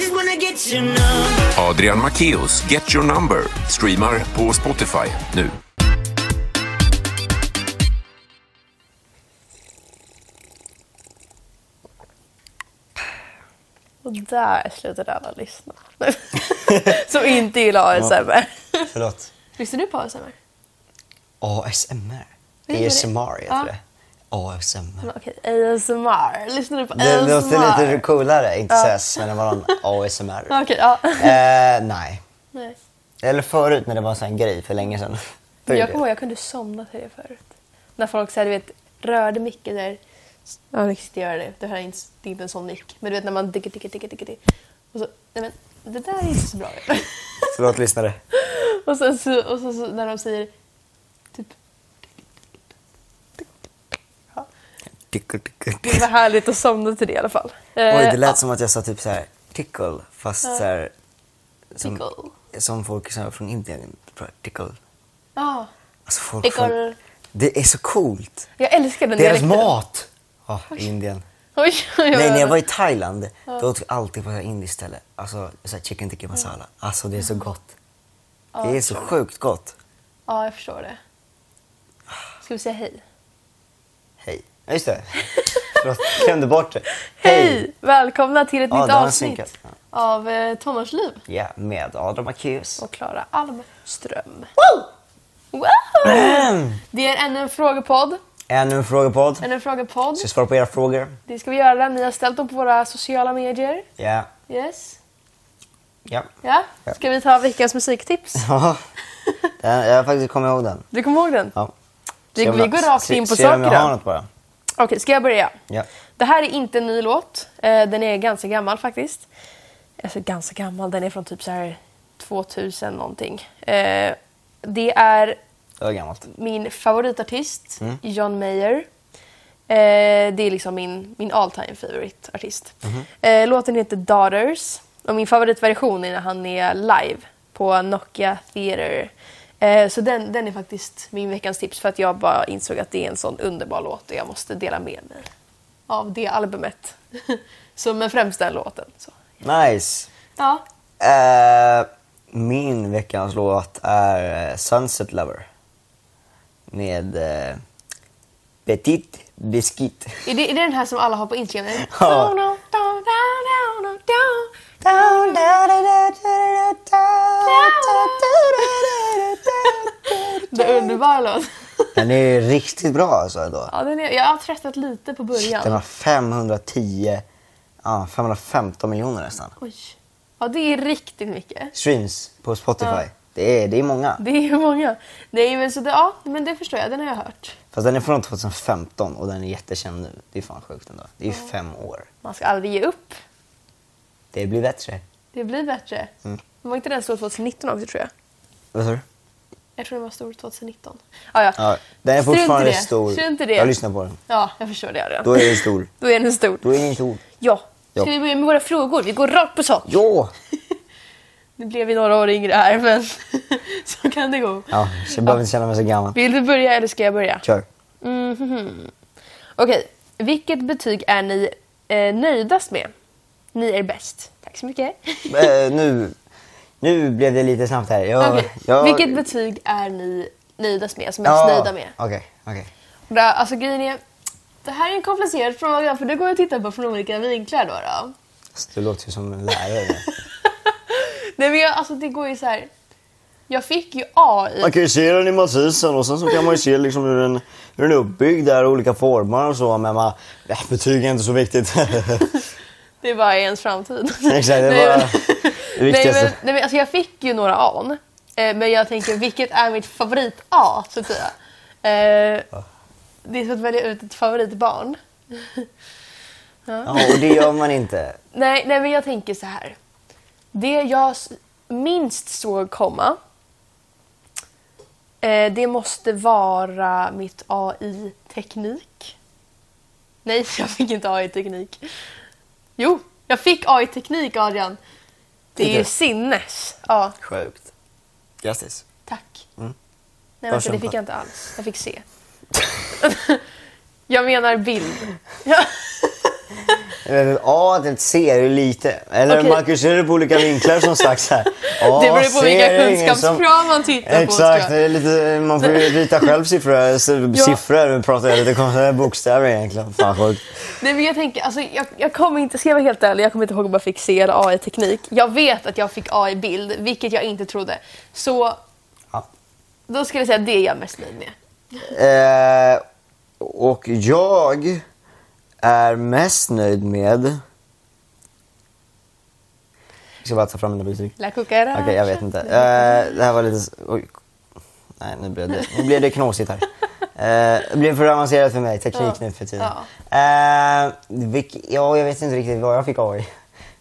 just wanna get you now. Adrian Macchios Get Your Number streamar på Spotify nu. Och där slutade alla lyssna. Som inte gillar ASMR. Förlåt. Lyssnar du på ASMR? ASMR? Vad heter det? ASMR Ja. heter det. ASMR. Okej, ASMR. Lyssnar du på Det ASMR? låter lite coolare, inte såhär snälla ASMR. Okej, ja. Eh, nej. Nej. Eller förut när det var en sån här grej för länge sedan. Då Men jag gjorde kommer ihåg jag kunde somna till det förut. När folk så här, du vet, rörde micken där. Ja, det kan inte göra det. Det, här är inte, det är inte en sån mick. Men du vet när man digger, digger, digger, digger. digger. Och så, nej men det där är inte så bra. Förlåt lyssnare. och sen så, och så, så när de säger typ, Tickle, tickle. det var härligt att somna till det i alla fall. Oj, det Eh, lät som att jag sa typ såhär tickle fast så såhär som, Tickle. som folk så här från Indien pratar tickle. Ja. Alltså folk Tickle. Från, det är så coolt. Jag älskar den Deras dialekten. mat! Ja, Indien. Oj, oj, oj. Nej, när jag var i Thailand, då åt jag alltid på ett indiskt ställe. Alltså, så här chicken tikka masala. Alltså, det är så gott. Det är så sjukt gott. Ja, jag förstår det. Ska vi säga hej? Hej. Ja, just det. Förlåt, jag glömde bort det. Hej! Välkomna till ett Ja, nytt den har avsnitt synkat. Ja. av eh, Tonårsliv Ja, med Adam Akius. och Klara Almström. Wow! Det är ännu en frågepodd. Ännu en frågepodd. Ännu en frågepodd. Ska jag svara på era frågor? Det ska vi göra. Ni har ställt dem på våra sociala medier. Ja. Yes. Ja. Ja. Ja. Ska vi ta veckans musiktips? Ja. Den- Jag har faktiskt kommit ihåg den. Du kommer ihåg den? Ja. Vi, Ska jag vi bara- går rakt se- in på se om jag har sakerna. något bara. Okej, ska jag börja? Ja. Det här är inte en ny låt. Eh, Den är ganska gammal faktiskt. Alltså ganska gammal, den är från typ så här 2000 någonting. Eh, Det är Det var gammalt. min favoritartist, John Mayer. Eh, det är liksom min, min all time favorite artist. Eh, låten heter Daughters. Och min favoritversion är när han är live på Nokia Theater. Eh, så den, den är faktiskt min veckans tips för att jag bara insåg att det är en sån underbar låt och jag måste dela med mig av det albumet. så, men främst den låten. Så. Nice. Ja. Eh, min veckans låt är eh, Sunset Lover. Med eh, Petit Biscuit. Är det, är det den här som alla har på Instagram? Ja. Down, down, down, down, down, down. Det är underbar låt. Den är ju riktigt bra alltså ändå. Ja, den är, jag har tröttnat lite på Den början. har 510, ja 515 miljoner nästan. Oj. Ja, det är riktigt mycket. Streams på Spotify. Det, är, det är många. Det är många. Nej, men, så det, ja, men det förstår jag. Den har jag hört. Fast den är från 2015 och den är jättekänd nu. Det är fan sjukt ändå. Det är ju fem år. Man ska aldrig ge upp. Det blir bättre. Det blir bättre. Mm. Var inte den stor 2019 också, tror jag? Vad sa du? Jag tror den var stor 2019. Ah, ja. Ja, den är Strunt i fortfarande det. stor. Strunt i det. Jag lyssnar på den. Ja, jag förstår det. Adrian. Då är den stor. Då är den stor. Då är det inte ord. Ja. Ska Ja. vi börja med våra frågor? Vi går rakt på sak. Ja! Nu blev vi några år yngre här, men så kan det gå. Ja, så jag behöver inte känna mig så gammal. Vill du börja eller ska jag börja? Kör. Okej, vilket betyg är ni eh, nöjdast med? Ni är bäst. Tack så mycket. Eh, nu, nu blev det lite snabbt här. Jag, Okej, jag, Vilket betyg är ni nöjdast med, som mest Ja, nöjda med? Okej, okej. Och det- Alltså grejen är, det här är en komplicerad fråga för det går att titta på från olika vinklar då. då. Alltså, Du låter ju som en lärare. Nej men jag, alltså det går ju så här. Jag fick ju A i... kan ju se den i matrisen och sen så kan man ju se liksom hur, den, hur den är uppbyggd där, olika former och så. Men man, äh, betyg är inte så viktigt. Det var ens framtid. Exakt, det Nej, var men- det nej, men, viktigaste. nej, men, alltså, jag fick ju några an. Eh, men jag tänker, vilket är mitt favorit-A, så att säga? Eh, det är som att välja ut ett favoritbarn. Ja, och det gör man inte. Nej, nej, men jag tänker så här. Det jag s- minst såg komma, eh, det måste vara mitt AI-teknik. Nej, jag fick inte AI-teknik. Jo, jag fick AI-teknik, Adrian. Det är ju Tycker du? sinnes. Ja, Sjukt. Grattis. tack. Mm. Nej, vänta, det kämpat. fick jag inte alls. Jag fick se. jag menar bild. Eh, A, att jag inte ser hur lite. Eller Okej. Marcus, är det på olika vinklar som sagt så här? A, Det beror på ser vilka ingen som- kunskapskrav man tittar på. tror Exakt, jag. det är lite, man får ju rita själv siffror, så- Ja. siffror pratar jag lite konstiga bokstäver egentligen. Fan sjukt. Nej, men jag, tänker, alltså, jag, jag kommer inte, ska jag vara helt ärlig, jag kommer inte ihåg om jag fick C eller A i teknik. Jag vet att jag fick A i bild, vilket jag inte trodde. Så Ja. då skulle jag säga det är jag mest nöjd med. Eh, och jag är mest nöjd med... Jag ska bara ta fram mina betyg. La cucaracha. Okej, jag vet inte. Eh, det här var lite... s- Oj. Nej, nu blev det, nu blev det knåsigt här. Eh, det blev för avancerat för mig, teknik nu för tiden. Eh, vilk, ja, jag vet inte riktigt vad jag fick av i.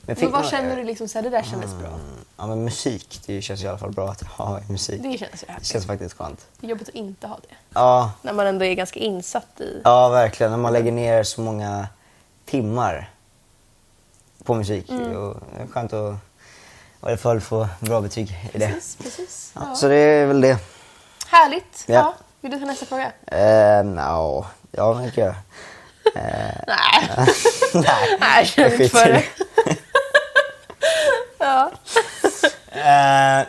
jag Eh, fick Mm. Men vad nog- känner du liksom såhär, det där kändes bra? Ja, men musik. Det känns i alla fall bra att ha i musik. Det känns ju Det härligt. känns faktiskt skönt. Det är jobbigt att inte ha det. Ja, När man ändå är ganska insatt i... ja verkligen. När man lägger ner så många timmar på musik. Mm. Och det är skönt att i alla fall få bra betyg i det. Precis, precis. Ja, Ja. så det är väl det. Härligt! Ja. Ja. Vill du ta nästa fråga? Eh, no. Ja, men det kan jag. Nej, Nej, jag känner inte skiter för i det. ja. Eh,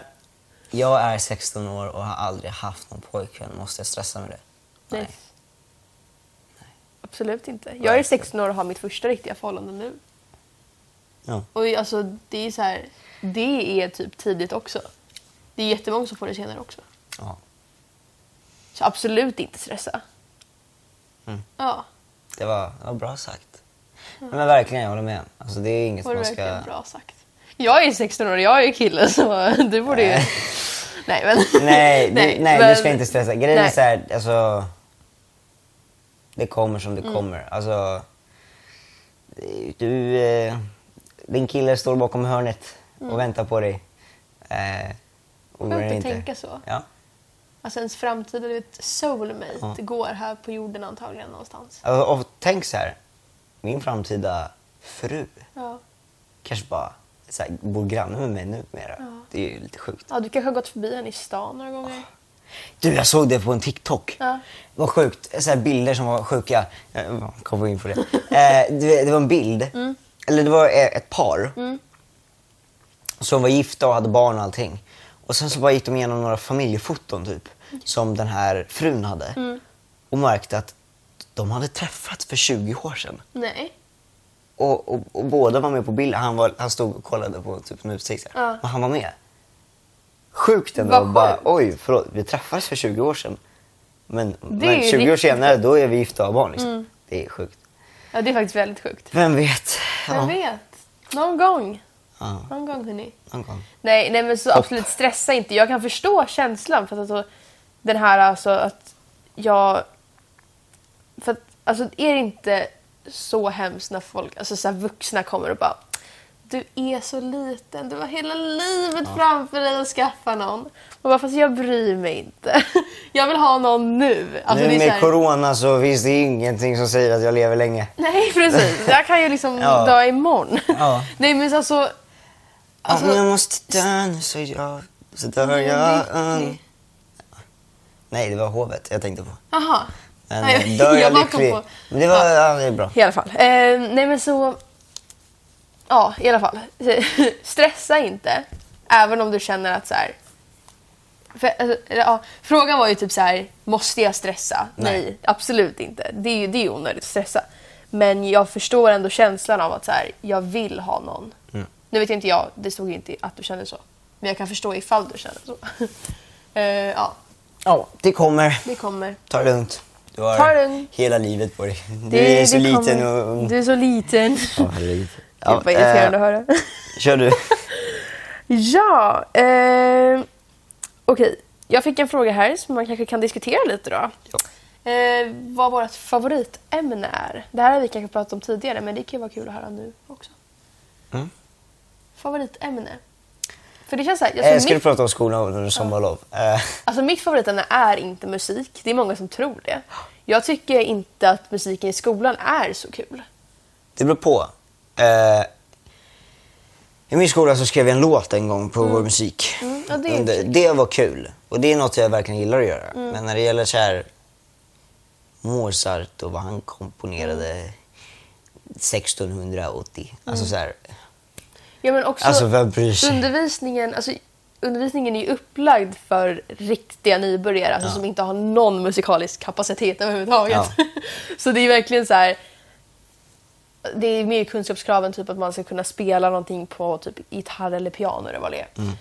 jag är 16 år och har aldrig haft någon pojkvän. Måste jag stressa med det? Nej. Absolut inte. Jag är 16 år och har mitt första riktiga förhållande nu. Ja. Och alltså, det är så här, det är typ tidigt också. Det är jättemånga som får det senare också. ja. Så absolut inte stressa. Mm. Ja, Det var, det var bra sagt. Men verkligen, jag håller med. Alltså, det är inget var det man ska... verkligen bra sagt. Jag är 16 år och jag är kille så du borde ju... Nej men... Nej, du, nej, du men- ska inte stressa. Grejen är Nej. så här, alltså... Det kommer som det Mm. kommer. Alltså... Du... Eh, din kille står bakom hörnet och väntar på dig. Eh, oroa Mm. Skönt dig att inte. tänka så. Ja. Alltså ens framtida du vet, soulmate går här på jorden antagligen någonstans. Alltså, och tänk så här. Min framtida fru Ja. kanske bara så här, bor granne med mig numera. Det är ju lite sjukt. ja, du kanske har gått förbi henne i stan några gånger. Du, jag såg det på en TikTok. Ja. Vad sjukt. Så här bilder som var sjuka. Jag kommer in på det. eh, du vet, det var en bild. Eller det var eh, ett par. Som var gifta och hade barn och allting. Och sen så bara gick de igenom några familjefoton typ. Som den här frun hade. Och märkte att de hade träffats för 20 år sedan. Nej. Och, och, och båda var med på bilden. Han, var, han stod och kollade på typ en utsikt. så här. Ja. Men han var med. Sjukt ändå. Vad Bara, sjukt. Oj, förlåt. Vi träffades för 20 år sedan. Men, är men ju 20 år riktigt Mm. senare, då är vi gifta och har barn. Liksom. Det är sjukt. Ja, det är faktiskt väldigt sjukt. Vem vet? Vem Ja. vet? Någon gång. Ja, Någon gång hörni. någon gång. Nej, nej men så absolut stressa inte. Jag kan förstå känslan för att alltså, den här alltså att jag... För att alltså är det inte så hemskt när folk, alltså så här vuxna kommer och bara du är så liten, du har hela livet framför dig att skaffa någon. Och bara, fast jag bryr mig inte. Jag vill ha någon nu. Alltså, nu det är med så här- corona så finns det ingenting som säger att jag lever länge. Nej precis, jag kan ju liksom Ja. dö imorgon. Ja. Nej men alltså... alltså ja, men jag måste dö nu så jag... Så dör blir jag ung. lycklig. Nej, det var hovet jag tänkte på. Aha. Men, Nej, eh, dör jag bara kom lycklig? på- Men det var ja. det är bra. I alla fall. Eh, nej men så... Ja, i alla fall. Stressa inte. Även om du känner att så här... För, alltså, eller, ja, frågan var ju typ så här, måste jag stressa? Nej. Nej, absolut inte. Det är ju det är ju onödigt att stressa. Men jag förstår ändå känslan av att så här, jag vill ha någon. Mm. Nu vet jag inte jag, det stod ju inte att du kände så. Men jag kan förstå ifall du känner så. Eh, ja, Ja, det kommer. det kommer. Ta det lugnt. Du har Ta det lugnt. hela livet på dig. Du är så det liten kommer. och ung. Du är så liten. Ja, herregud. Ja, Gud vad irriterande eh, att höra. Kör du. Ja, eh, okej. Jag fick en fråga här som man kanske kan diskutera lite då. Eh, vad vårt favoritämne är. Det här har vi kanske pratat om tidigare men det kan ju vara kul att höra nu också. Mm. Favoritämne. För det känns så här, Eh, alltså, ska du mitt, prata om skolan under sommarlov? Eh, alltså mitt favoritämne är inte musik. Det är många som tror det. Jag tycker inte att musiken i skolan är så kul. det beror på. Eh, I min skola så skrev jag en låt en gång på vår musik. Mm. ja, det är Mm. Under- det var kul. Och det är något jag verkligen gillar att göra. Men när det gäller så här Mozart och vad han komponerade 1680. Mm. Alltså så här, Ja, men också Alltså, vem bryr sig? Undervisningen, alltså, undervisningen är ju upplagd för riktiga nybörjare alltså, som inte har någon musikalisk kapacitet överhuvudtaget. Ja. så det är verkligen så här... Det är mer kunskapskraven, typ att man ska kunna spela någonting på typ gitarr eller piano eller vad det är. Mm.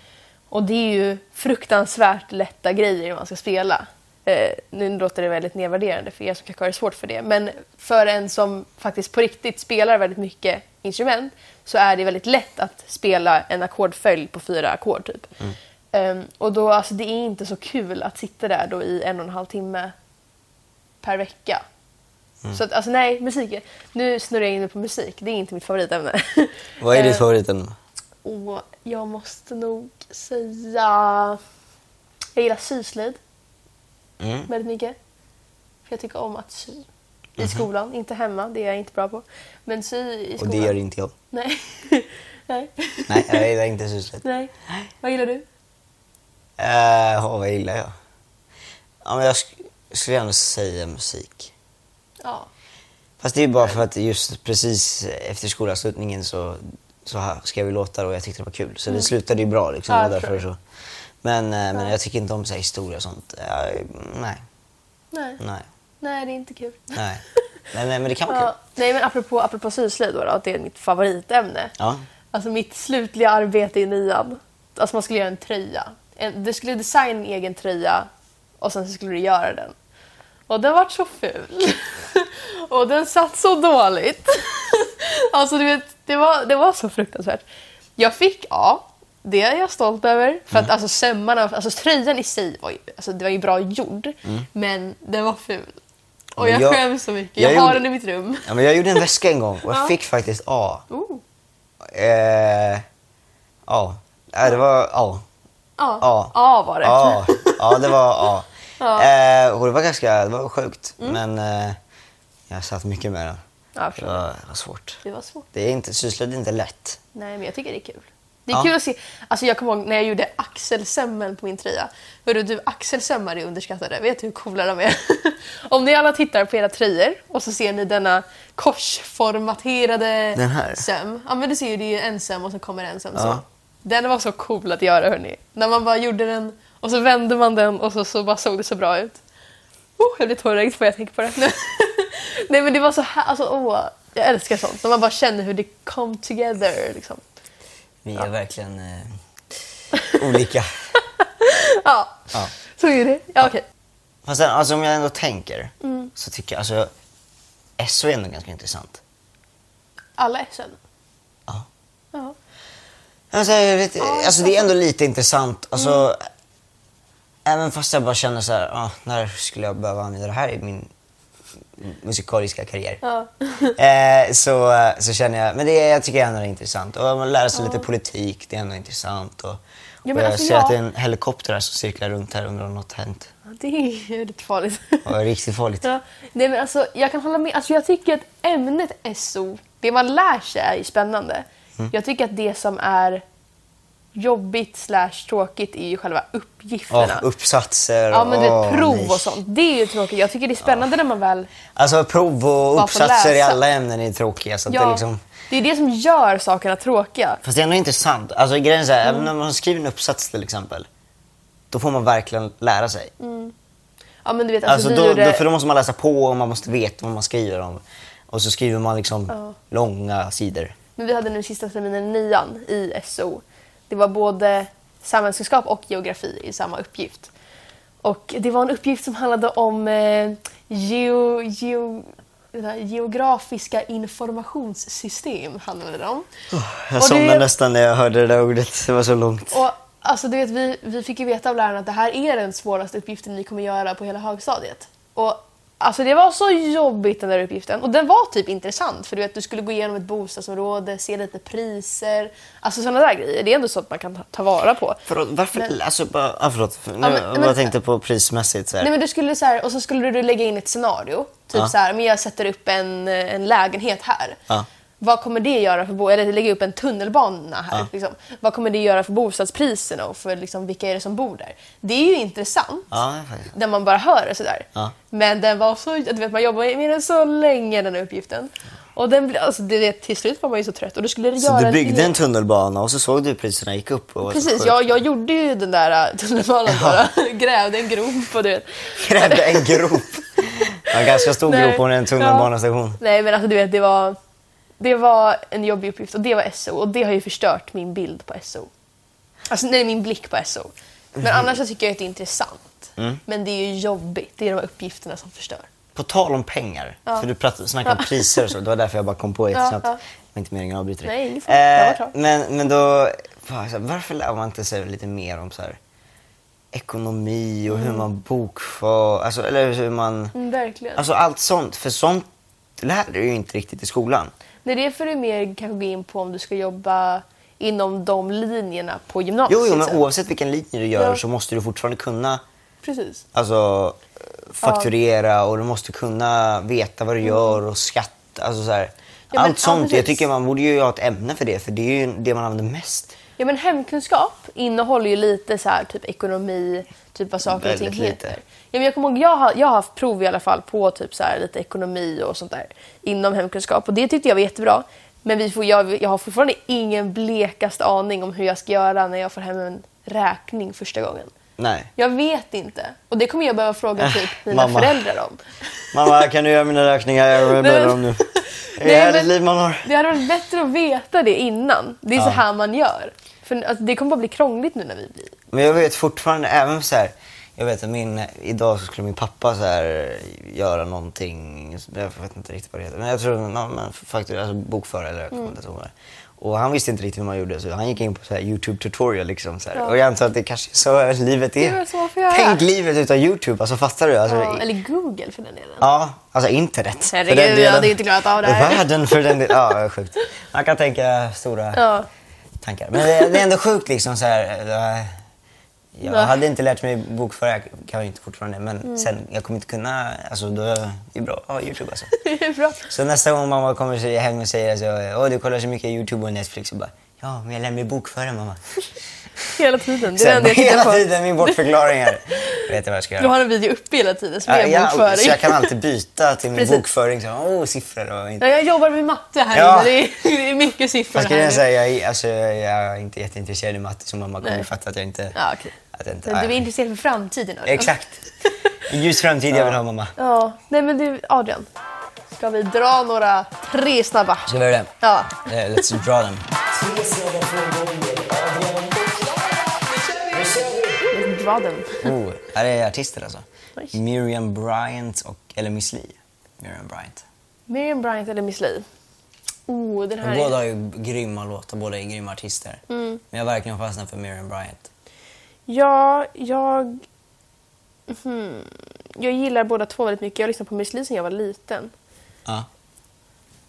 Och det är ju fruktansvärt lätta grejer man ska spela. Eh, nu låter det väldigt nedvärderande för er som kanske har det svårt för det, men för en som faktiskt på riktigt spelar väldigt mycket instrument så är det väldigt lätt att spela en ackordföljd på fyra ackord. Typ. Eh, och då, alltså, det är inte så kul att sitta där då i en och en halv timme per vecka. Så att, alltså nej, musik. är- Nu snurrar jag in på musik. Det är inte mitt favoritämne. vad är Eh, ditt favoritämne? och jag måste nog säga... Jag gillar syslöjd Mm. väldigt mycket. För jag tycker om att sy. I skolan, inte hemma. Det är jag inte bra på. Men sy i Mhm. Och skolan. det gör inte jag. Nej. Nej. Nej, jag gillar inte sysslet. Nej. Vad gillar du? Uh, vad gillar jag? Ja, men jag sk- skulle gärna säga musik. Ja. Fast det är ju bara för att just precis efter skolavslutningen så, så här skrev vi låtar och jag tyckte det var kul. Så det slutade ju bra liksom. Mm. Ja, det var jag därför förstår. så. Men, eh, men jag tycker inte om så här, historia och sånt. Ja, nej, Nej. nej, Nej, det är inte kul. nej. Men, men det kan vara Ja. kul. Nej, men apropå, apropå syslöjd då, då, att det är mitt favoritämne. Ja. Alltså mitt slutliga arbete i nian. Alltså man skulle göra en tröja. En, du skulle designa en egen tröja och sen så skulle du göra den. Och den vart så ful. och den satt så dåligt. alltså du vet, det var, det var så fruktansvärt. Jag fick A. Det är jag stolt över. För Mm. att alltså sömmarna, alltså tröjan i sig var ju, alltså, det var ju bra gjord. Men den var ful. Och Mm. Men jag, jag- skäms så mycket. Jag, jag har gjorde- den i mitt rum. Ja, men jag gjorde en väska en gång och jag Ja. fick faktiskt A. Oh. Eh, ja, Eh, det var A. Ja. Ja. A var det. Ja, ja det var A. Ja. Mm. Eh, och det var ganska det var sjukt, men eh, jag satt mycket med den. Ja, det, förstår. var, det var svårt. Det var svårt. Det är inte, syslöjd är inte lätt. Nej, men jag tycker det är kul. Det är Ja. kul att se. Alltså jag kommer ihåg när jag gjorde axelsemmen på min tröja. Hörru du, axelsemmar är underskattade. Vet du hur coola de är? Om ni alla tittar på era tröjor och så ser ni denna korsformaterade Den här? söm. Ja, men du ser ju, det är ju en söm och så kommer en söm så. Ja. Den var så cool att göra hörni. När man bara gjorde den och så vände man den och så, så bara såg det så bra ut. Oh, jag blir tårögd för jag tänker på det nu. Nej men det var så här, alltså åh. Jag älskar sånt. När man bara känner hur det come together liksom. Vi är verkligen eh, olika. Ja. Ja. Så är det. Ja, okej. Fast sen, alltså, om jag ändå tänker Mm. så tycker jag alltså, SO är ändå ganska intressant. Alla SN. Ja. Ja. Alltså, jag vet, alltså, det är ändå lite intressant. Alltså, Mm. Även fast jag bara känner så här, ah, när skulle jag behöva använda det här i min musikaliska karriär? Ja. Eh, så, så känner jag, men det, jag tycker ändå det är intressant. Och man lär sig lite politik, det är ändå intressant. Och, men och jag alltså, ser jag- att det är en helikopter här som cirklar runt här, undrar om något hänt. Ja, Det är ju lite farligt. Och det är riktigt farligt. Ja. Nej men alltså jag kan hålla med. Alltså jag tycker att ämnet SO, det man lär sig är ju spännande. Mm. Jag tycker att det som är jobbigt slash tråkigt är ju själva uppgifterna. Ja, uppsatser Ja men du åh, vet prov nej. och sånt. Det är ju tråkigt. Jag tycker det är spännande när man väl... Alltså prov och får uppsatser i läsa. alla ämnen är tråkiga. Så att det Ja, är liksom... det är det som gör sakerna tråkiga. Fast det är ändå intressant. Alltså grejen är så här, Mm. även om man skriver en uppsats till exempel, då får man verkligen lära sig. Ja men du vet Mm. alltså, Alltså, vi då, gjorde... då, för då måste man läsa på och man måste veta vad man skriver om. Och så skriver man liksom långa sidor. Men vi hade nu sista terminen i nian i SO. Det var både samhällskunskap och geografi i samma uppgift. Och det var en uppgift som handlade om eh, geo, geo, det där, geografiska informationssystem. Handlade det om. Jag Och det- somnade nästan när jag hörde det där ordet, det var så långt. Och, alltså, du vet, vi, vi fick ju veta av lärarna att det här är den svåraste uppgiften ni kommer göra på hela högstadiet. Och, alltså, det var så jobbigt den där uppgiften. Och den var typ intressant för du vet, du skulle gå igenom ett bostadsområde, se lite priser. Alltså sådana där grejer. Det är ändå sånt man kan ta, ta vara på. Förlåt, varför? Alltså, bara, ah, förlåt. Nu, men- jag men- bara tänkte på prismässigt. Så här. Nej, men du skulle så här, och så skulle du lägga in ett scenario. Typ Ja. så här, men jag sätter upp en, en lägenhet här. Ja. vad kommer det göra för bo- eller lägga upp en tunnelbana här? Liksom. Vad kommer det göra för bostadspriserna och för liksom, vilka är det som bor där? Det är ju intressant. Ja, faktiskt. När man bara hör det sådär. Ja. Men den var så, du vet, man jobbade med den så länge den här uppgiften. Och den, bli- alltså, du vet, till slut var man ju så trött. Och du skulle Så göra du en byggde hel- en tunnelbana och så såg du priserna gick upp och var så Precis, sjukt. jag, jag gjorde ju den där äh, tunnelbanan bara. Grävde en grop och du vet. grävde en grop. En ganska stor grop på en tunnelbanestation. Ja. Nej men alltså du vet, det var, det var en jobbig uppgift och det var SO och det har ju förstört min bild på SO. Alltså nej, min blick på SO. Men Mm. annars så tycker jag att det är intressant. Men det är ju jobbigt, det är de här uppgifterna som förstör. På tal om pengar, för du prat- snackade om priser och så, det var därför jag bara kom på jättesnabbt. Ja, ja. Det var inte meningen att avbryta dig. Eh, Nej, ingen fara. Jag var klar. men, men då, fan, så här, varför lär man inte sig lite mer om så här, ekonomi och hur man bokför, alltså, eller hur man... Mm, verkligen. Alltså allt sånt, för sånt lär du ju inte riktigt i skolan. Nej, det får du mer kanske gå in på om du ska jobba inom de linjerna på gymnasiet. Jo, jo men sen. oavsett vilken linje du gör Ja. så måste du fortfarande kunna Precis. alltså, fakturera och du måste kunna veta vad du gör och skatt. Alltså, så här. men- Allt Mm. ja, sånt. jag precis. tycker man borde ju ha ett ämne för det, för det är ju det man använder mest. Ja men hemkunskap innehåller ju lite så här typ ekonomi, typ vad saker och ting Väldigt lite. heter. Ja, men jag kommer ihåg, jag har, jag har haft prov i alla fall på typ så här lite ekonomi och sånt där inom hemkunskap och det tyckte jag var jättebra. Men vi får, jag, jag har fortfarande ingen blekaste aning om hur jag ska göra när jag får hem en räkning första gången. Nej. Jag vet inte. Och det kommer jag behöva fråga typ mina Äh, Mamma. föräldrar om. Mamma, kan du göra mina räkningar? Jag behöver men- dem nu. Det Nej, är ett men- liv man har. Det hade varit bättre att veta det innan. Det är så här man gör. För alltså, det kommer bara bli krångligt nu när vi blir... Men jag vet fortfarande, även så här, jag vet att min, idag så skulle min pappa så här, göra någonting, jag vet inte riktigt vad det heter, men jag tror no, men faktur, alltså bokföra eller Mm. rekommendationer. Och han visste inte riktigt hur man gjorde så han gick in på så här Youtube tutorial liksom. Så här. Och jag antar att det kanske är så livet Det är är. väl så man får göra. Tänk livet utan Youtube, alltså fattar du? Alltså, Ja, eller Google för den delen. Ja, alltså internet. för Herregud, den jag delen. hade inte klarat av det här. Världen för den delen. Ja, sjukt. Man kan tänka stora Ja. tankar. Men det, det är ändå sjukt liksom så här. eh, Jag Ja. hade inte lärt mig bokföra, jag kan ju inte fortfarande, men Mm. sen jag kommer inte kunna, alltså då, det är bra att ha Youtube alltså. Det är bra. Så nästa gång mamma kommer sig hem och säger så, åh du kollar så mycket Youtube och Netflix och bara, ja men jag lär mig bokföra mamma. Hela tiden. Det är det Sen, enda jag tittar hela på. tiden min bortförklaring här. Vet du vad jag ska göra? Du har en video uppe hela tiden som är Ja, en ja, bokföring. så jag kan alltid byta till min Precis. bokföring. Så, oh, siffror och inte. Ja, jag jobbar med matte här Ja. inne. Det är, det är mycket siffror Fast grejen är här. så nu. här, jag, är- alltså, jag är inte jätteintresserad i matte så mamma kommer Nej. ju fatta att jag inte... Ja, okej. att jag inte Men ja, du är ja. intresserad för framtiden. Adrian. Exakt. En ljus framtid jag vill ha mamma. Ja. Nej, men du, Adrian. Ska vi dra några tre snabba? Ska vi göra det? Ja. Eh, Let's draw them. Dra den. Oh, här är artister alltså. Nice. Miriam Bryant och, eller Miss Li. Miriam Bryant. Miriam Bryant eller Miss Li? Oh, den här Båda är... har ju grymma låtar, båda är grymma artister. Mm. Men jag har verkligen fastnat för Miriam Bryant. Ja, jag... Mhm. Jag gillar båda två väldigt mycket. Jag lyssnade på Miss Li sedan jag var liten. Ja.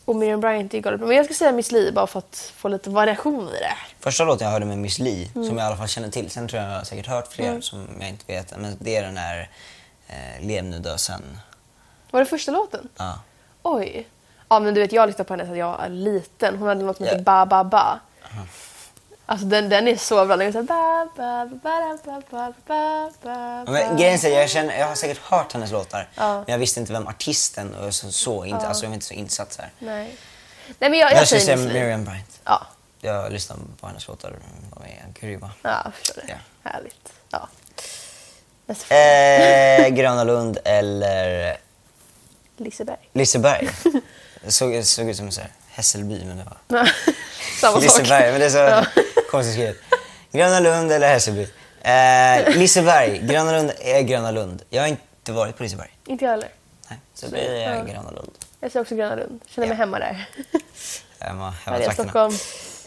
Och Miriam Bryant är galet bra. Men jag ska säga Miss Li bara för att få lite variation i det. Första låten jag hörde med Miss Li, Mm. som jag i alla fall känner till, sen tror jag jag har säkert hört fler som jag inte vet, men det är den här eh, Lev nu dö sen. Var det första låten? Ja. Oj. Ja men du vet jag lyssnade på henne sedan jag var liten. Hon hade en låt som Ja. hette Ba Ba Ba. Alltså den, den är så bra. Den är så här, ba, ba, ba, ba, ba, ba, ba, ba, Men ba. grejen är så här, jag, känner, jag har säkert hört hennes låtar, Ja. men jag visste inte vem artisten och så, så inte, alltså jag var inte så insatt så här. Nej. Nej men jag, jag, Jag skulle säger säga Miss Li. Miriam Bryant. Ja. Jag lyssnar på hennes låtar, de är grymma. Ja, jag förstår det. Ja. Härligt. Ja. Nästa fråga. Eh, Gröna Lund eller Liseberg. Liseberg. Det såg, såg ut som så här, Hässelby, men det var Samma sak. Liseberg, men det är så konstigt skrivet. Gröna Lund eller Hässelby? Eh, Liseberg. Gröna Lund är Gröna Lund. Jag har inte varit på Liseberg. Inte jag heller. Nej, så blir det Ja. Gröna Lund. Jag säger också Gröna Lund. Känner mig Ja. hemma där. Hemma, Här hemma är trakterna. Stockholm.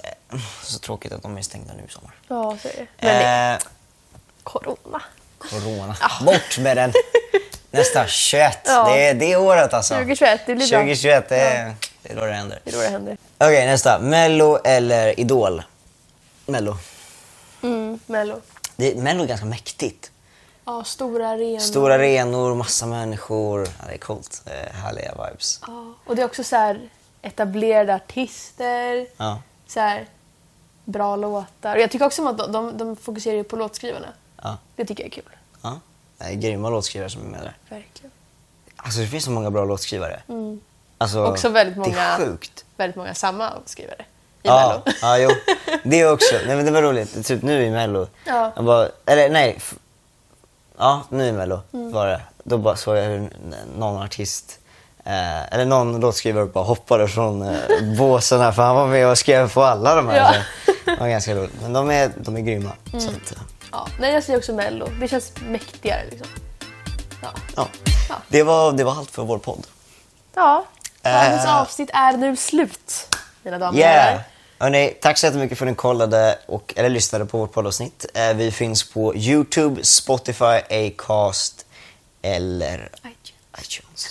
Eh, Så tråkigt att de är stängda nu i sommar. Ja, så är det. Men det är Eh, corona. corona. Bort med den! Nästa, 21. Ja. Det är det året alltså. 2021, det blir bra. 2021, det är, det är då det händer. Det är då det händer. Okej, nästa. Mello eller Idol? Mello. Mm, Mello. Det, Mello är ganska mäktigt. Ja, stora arenor. Stora arenor, massa människor. Ja, det är coolt. Eh, härliga vibes. Ja, och det är också så här etablerade artister. Ja. Så här, bra låtar. Och jag tycker också om att de, de, de fokuserar ju på låtskrivarna. Ja. Det tycker jag är kul. Ja. Det är grymma låtskrivare som är med där. Verkligen. Alltså det finns så många bra låtskrivare. Alltså, Mm. Också väldigt Det många, är sjukt. väldigt många samma låtskrivare i Ja, Mello. ja, jo. Det också. Nej, men det var roligt. Typ nu i Mello. Ja. Jag bara, eller nej. f- Ja, nu i Mello Mm. var det. Då bara såg jag hur n- någon artist, eh, eller någon låtskrivare bara hoppade från eh, båsen här för han var med och skrev på alla de här. Ja. Mm. Så Det var ganska roligt. Men de är, de är grymma. Så att, eh, Ja. Nej, jag säger också Mello. Det känns mäktigare liksom. Ja. ja. Ja. Det, var, det var allt för vår podd. Ja. Dagens Äh. avsnitt är nu slut, mina damer och Yeah! herrar. Hörrni, tack så jättemycket för att ni kollade och, eller lyssnade på vårt poddavsnitt. Eh, Vi finns på Youtube, Spotify, Acast eller iTunes.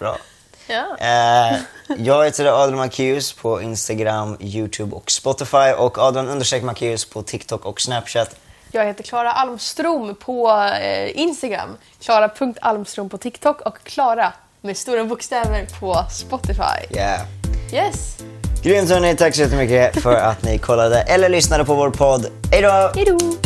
Bra. Ja. Eh, jag heter Adrian Macéus på Instagram, Youtube och Spotify och Adrian understreck Macéus på TikTok och Snapchat. Jag heter Klara Almstrom på eh, Instagram, klara.almstrom på TikTok och Klara med stora bokstäver på Spotify. Yeah. Yes, Grymt hörni, tack så jättemycket för att ni kollade eller lyssnade på vår podd. Hej då! hejdå!